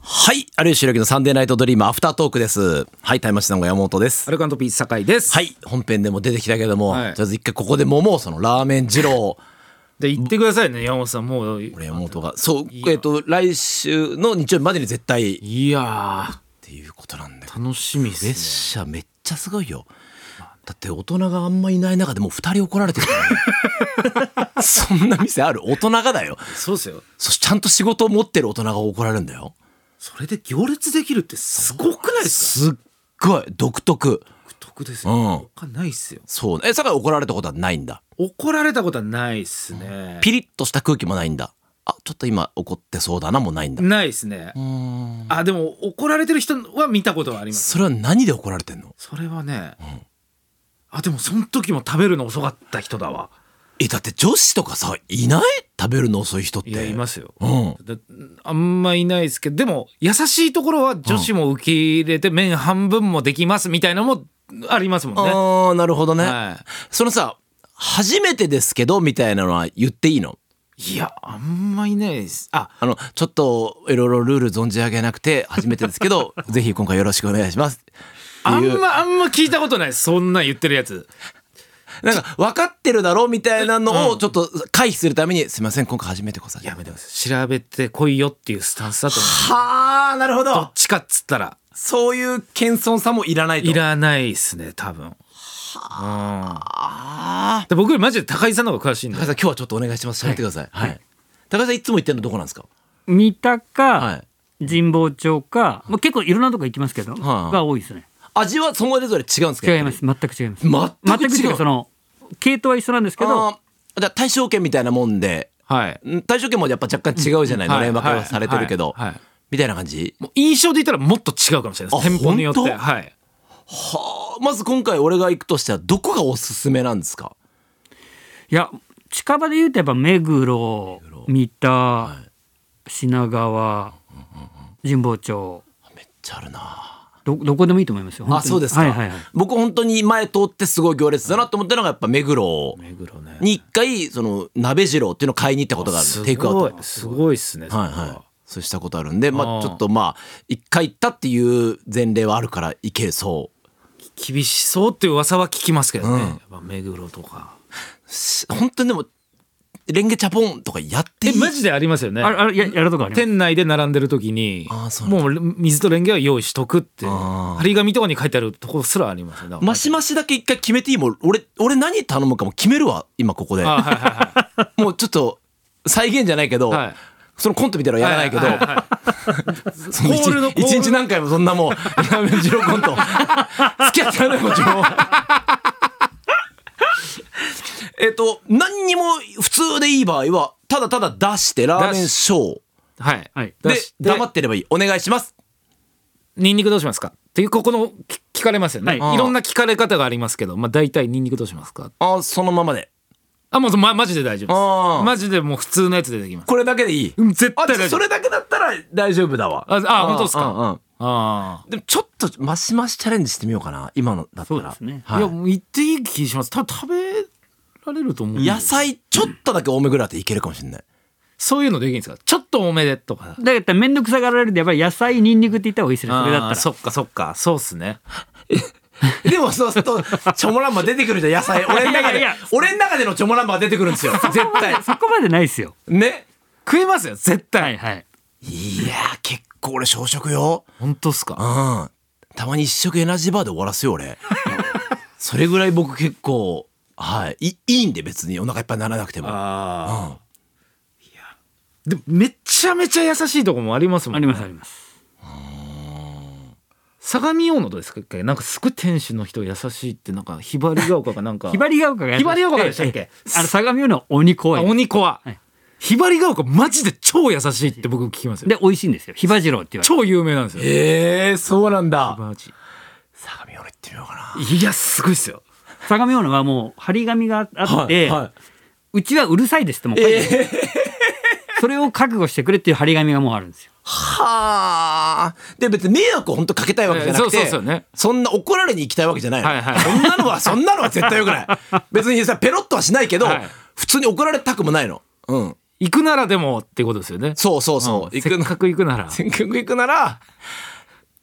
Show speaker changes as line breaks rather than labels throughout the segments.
はい有吉弘樹のサンデーナイトドリームアフタートークですはいタイムマシーンの山本です
アルカントピース酒井です。
はい本編でも出てきたけども、
はい
とりあえず一回ここでももうそのラーメン二郎
で言ってくださいね、山本さん。もう、
俺山本がそうえっ、と来週の日曜日までに絶対っ
いや
ていうことなんだよ
ー、楽しみっ
プレッ
す
シャーめっちゃすごいよだって大人があんまいない中でもう2人怒られてるから ねそんな店ある大人がだよ
ね。そうですよ。
そしちゃんと仕事を持ってる大人が怒られるんだよ
それで行列できるってすごくないですか
すっごい独特
独特です
うん
よ。他ないっすよ。
そうえ酒井怒られたことはないんだ
怒られたことはないっすね。
ピリッとした空気もないんだあちょっと今怒ってそうだなもないんだ
ないっすね。あ、でも怒られてる人は見たことはあります。
それは何で怒られてんの
それはね、あ、でもその時も食べるの遅かった人だわ。
えだって女子とかさいない食べるの遅い人って
いや、いますよ。
うん
だあんまいないですけどでも優しいところは女子も受け入れて麺半分もできますみたいなのもありますもんね。
ああなるほどね、
は
そのさ初めてですけどみたいなのは言っていいの
い、いやあんまいないです。あ
あのちょっといろいろルール存じ上げなくて初めてですけ どぜひ今回よろしくお願いしますって
あん
いう
まあんま聞いたことないですそんなん言ってるやつ。
なんか分かってるだろうみたいなの
う
を
ん
ちょっと回避するために「すいません今回初めてこさ
やめてます。調べてこいよっていうスタンス だと思う。
はあなるほ
どっちかっつったら
そういう謙遜さもいらないと
いらないですね多分。うん、
ああ
で僕よりマジで高井さんの方が詳しいん
高橋
で
さん今日はちょっとお願いします喋ってください、はい高橋さんいつも行ってるのどこなんですか
三鷹、
はい
神保町か、まあ、結構いろんなとこ行きますけど、
はい
が多いですね
味はそれぞれ違うんですか
違います全く違います
全く違う
全うその系統は一緒なんですけど
あーじゃあ対象圏みたいなもんで
はい。
ん対象圏もやっぱ若干違うじゃないの
はい
れん分けはされてるけど、
はいはいはい
みたいな感じ
もう印象で言ったらもっと違うかもしれないです。
あ
店舗によって
本当
はい。
はあまず今回俺が行くとしたらどこがおすすめなんですか
いや近場で言うとやっぱ目黒三田、品川神保町
めっちゃあるな
どどこでもいいと思いますよ本
あ
当に
そうですか、
はいはいはい
僕本当に前通ってすごい行列だなと思ったのがやっぱ目黒
目黒ね。
に一回その鍋二郎っていうのを買いに行ったことがある
す
テイクアウ
ごい
ト
すごいっすね。
はい
それ
はいそうしたことあるんでま
あ
あち
ー
ょっとまあ一回行ったっていう前例はあるから行けそう
厳しそうっていう噂は聞きますけどね、
うん
やっぱ目黒とか
し本当にでもレンゲチャポンとかやってい
え
い
マジでありますよね
あるあるややるとこあります
店内で並んでる時に
あーそうな
もう水とレンゲは用意しとくっていう
あー
張り紙とかに書いてあるところすらありますよね
マシマシだけ一回決めていいもん俺俺何頼むかも決めるわ今ここで
あはいはいは
もうちょっと再現じゃないけど、
はい
そのコントみたい なのやらないけど、
はいはいはい
その一
コールのコール
一日何回もそんなもうラーメン二郎コン ト付き合ってらんないこっちも。えっと何にも普通でいい場合はただただ出してラーメンショ
いはい、
はい
ーで
だしで
黙ってればいいお願いします
ニンニクどうしますかっていうここのき聞かれますよね、
はい
い、ろんな聞かれ方がありますけどまあ大体ニンニクどうしますか
あーそのままで
あもうまマジで大丈夫
あ
で
ー
すマジでもう普通のやつでできます
これだけでいい
うん絶対
あ
大
じ
丈
ゃあ
夫
それだけだったら大丈夫だわ
ああ本当ですか
うんうん
あ
でもちょっとマシマシチャレンジしてみようかな今のだったら
そうですね
あ、
はい
い、やもう言っていい気します多分食べられると思うんで
野菜ちょっとだけ多めぐらいだっていけるかもしれない
そういうのできるんですかちょっと多めでとか。
だから面倒くさがられるんでやっぱり野菜ニンニクって言った方がいいですねそれだった
あー
ら
そっかそっかそうっすね
でもそうするとチョモランマ出てくるじゃん野菜俺の中
いや
で
いやいや
俺の中でのチョモランマが出てくるんですよ絶対
そこまでないですよ
ね
食えますよ絶
は
対、
いはい
いやー結構俺小食よ
本当っす
う
か
んたまに一食エナジーバーで終わらすよ俺それぐらい僕結構はいいいいんで別にお腹いっぱいにならなくても
あ
うん
ーでもめちゃめちゃ優しいとこもありますもん、
ありますあります
相模大野どうですか一回なんかすごい店主の人優しいってなんかひばりが丘かなんか
ひばりが丘がやってま
ひばりが丘でしたっけ
ええあの相模の鬼公
あ
園
鬼子は、
はい
ひばりが丘マジで超優しいって僕聞きますよ
で美味しいんですよ。ひばじろうって言われて。
超有名なんですよ
えー、そうなんだ
マジ
相模俺行ってみようかない
やすごいっすよ
相模大野はもう張り紙があって、
はいう
ちはうるさいですってもう書いてある、それを覚悟してくれっていう張り紙がもうあるんですよ。
はあ。で別に迷惑を本当かけたいわけじゃなくて、
えーそうそうそうね
そんな怒られに行きたいわけじゃないの。
はいはい
そんなの はそんなのは絶対よくない。別にさペロッとはしないけど、
はい
普通に怒られたくもないの。うん。
行くならでもってことですよね。
そうそうそう、
ん
行く
せっかく行くなら。
せっかく行くなら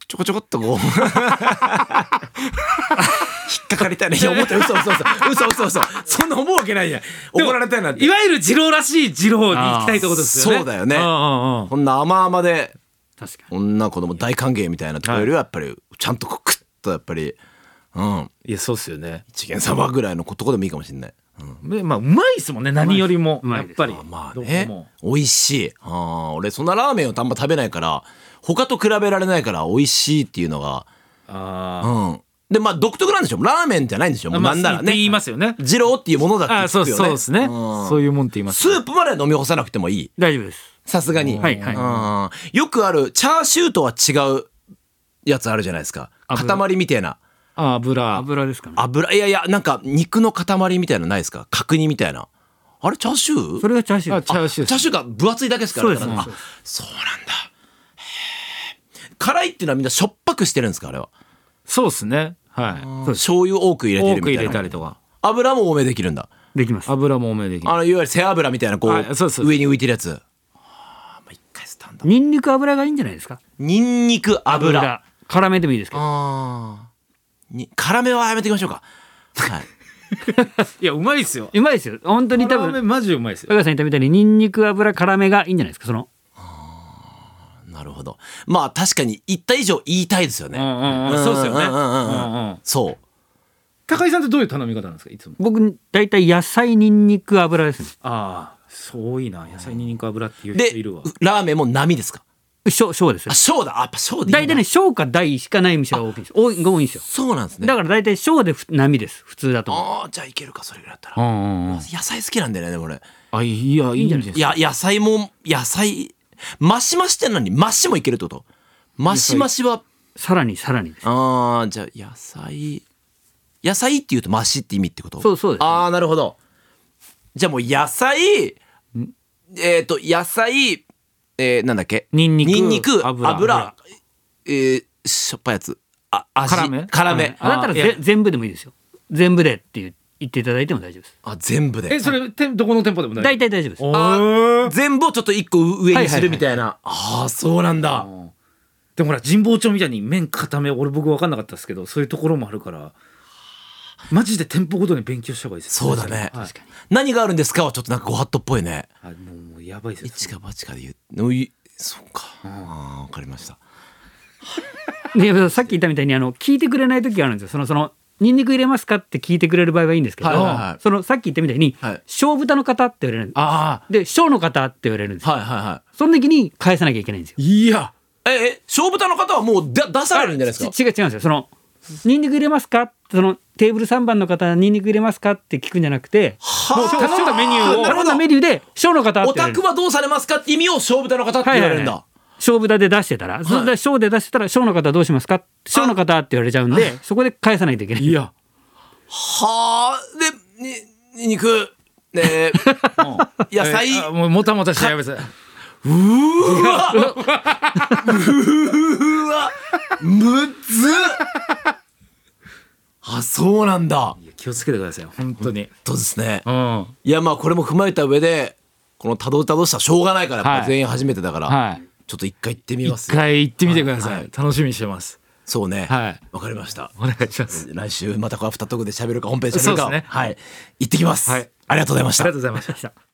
ちょこちょこっとこう 引っかかりたいないや思った嘘嘘嘘嘘嘘嘘そんな思うわけないやん怒られたいなって
いわゆる二郎らしい二郎に行きたいってことですよね。
あーそうだよね
うんうんうん
こんな甘々で
確かに
女子供大歓迎みたいなとこよりはやっぱりちゃんとこうクッとやっぱりうん
いや、そうですよね。
一元様ぐらいのとこでもいいかもしれない、うん
めまあ、うまいですもんね、何よりも。
うま
や
い
っ
です
ぱり。
まあ
どこ
ね
も
美味しいあー俺そんなラーメンをあんま食べないから他と比べられないから美味しいっていうのがう
あ
んでまあ独特なんでしょラーメンじゃないんでしょ
ー
もう
まあ。
なんなら
って言い
ね
ますよね。
二郎っていうものだって
あ
言
ーそう
って
そうそうですね。
うん
そういうもんって言います
ス
ね。
ープまで飲み干さなくてもいい
大丈夫です
さすがに、
はいはい
うんよくあるチャーシューとは違うやつあるじゃないですか
油
塊みたいな
あ油。
油ですかね
油いやいやなんか肉の塊みたいなのないですか角煮みたいなあれチャーシュー
それがチャーシュー
あ
で
チ
す
ャーシュー
チャ
で
ー
す。
シューが分厚いだけですから
そうです
あそうなんだへー辛いっていうのはみんなしょっぱくしてるんですかあれは
そうですね。は
そうです
醤油多く入
い。
れて
多
る
く
み
入
た
れ
い
た
な
りとか。
油も多めできるんだ
できます
油も多めでき
あ
る。
のいわゆる背脂みたいなこう
はいそうそう
上に浮いてるやつあーまあ一回スタンダード
ニンニク油がいいんじゃないですか
にんにく油
辛めでもいいですけど
あーに辛めはやめていきましょ うか。はい。
いや、うまいですよ。
うまいですよ本当に多
多
分
分マジうまいです
若
よ。
さん言ったみたいにニンニク油辛めがいいんじゃないですかその
なるほど。まあ確かに言った以上言いたいですよね。
うんうんうんそうですよね
んうんうんうん
うんうん
そう。
高井さんってどういう頼み方なんですか、いつも。
僕大体野菜ニンニク油ですね
ああ、そう多いな。野菜にニンニク油っていう
で
人いるわ。
ラーメンも波ですか。
小小です
あ、そうだ。あやっぱそうでいい
大
んだ
体ね小か大しかない店が多いんですよ多いが多いんですよ
そうなんですね。
だから大体小でふ波です普通だと思う
ああじゃあいけるかそれぐらいだった
う
ら。
んうんうん。
野菜好きなんだよねでも俺。
あ、いや、いいんじゃないです
いや野菜も野菜マシマシって何？マシもいけるってこと。マシマシは
さらにさらにです
ああじゃあ野菜野菜っていうとマシって意味ってこと
そうそうです
ああなるほどじゃあもう野菜えっ、と野菜えー、なんだっけ
ニンニク
ニンニク油
油油
えー、しょっぱいやつあ味
辛め
辛め
あだったら
あいや
ぜ全部でもいいですよ全部でって言う言っていただいても大丈夫です
あ全部
え、
で
それ、てどこの店舗でもない。
大体大丈夫です
あ
全部をちょっと一個上にするみたいな、ああそうなんだ、
でもほら神保町みたいに麺固め俺僕分かんなかったですけどそういうところもあるからマジで店舗ごとに勉強した方がいいです
そ
よ
うだね
はい
かに
何があるんですかはちょっとなんかご法度っぽいね
あもうもうやばいですよ
一か八かで言うのいそうか、ああわかりました
でさっき言ったみたいにあの聞いてくれない時があるんですよそのそのニンニク入れますかって聞いてくれる場合はいいんですけど、
はいはいはい
そのさっき言ったみたいに
はい
小豚の方って言われるんで
あ
で小の方って言われるんです
あ
よ
はいはいはい
その時に返さなきゃいけないんですよ
いや。え、え、勝負たの方はもうだ出されるんじゃないですか。
ち違う違うんですよそのニンニク入れますかそのテーブル3番の方ニンニク入れますかって聞くんじゃなくて
はあ
頼んだメニュー
なる
を
頼
ほ
ん
ど
だ。メニューで小の方って
お
言われる
宅はどうされますかって意味を勝負たの方って言われるんだ。
勝負だで出してたら、それで小で出してたら小の方どうしますか小の方って言われちゃうんでそこで返さないといけない
いや
はあ、で、に、肉、 ね、野菜。
あもうもたもたしてやめて
うわ、むずっ。あ、そうなんだ。
気をつけてください本当に
そうですね。
うんはい
や、まあ、これも踏まえた上で、このたどたどしたしょうがないから、やっぱ
はい
全員初めてだから、
い
ちょっと一回行ってみま
一
す。
回行ってみてください、
はいはい
楽しみにしてます
そうね。
はい
わかりました。
お願いします
来週またこうアフタートークで喋るか本編で喋るか、
そうですね
はい行ってきます、
はい
ありがとうございまし
あ
た
りがとうございました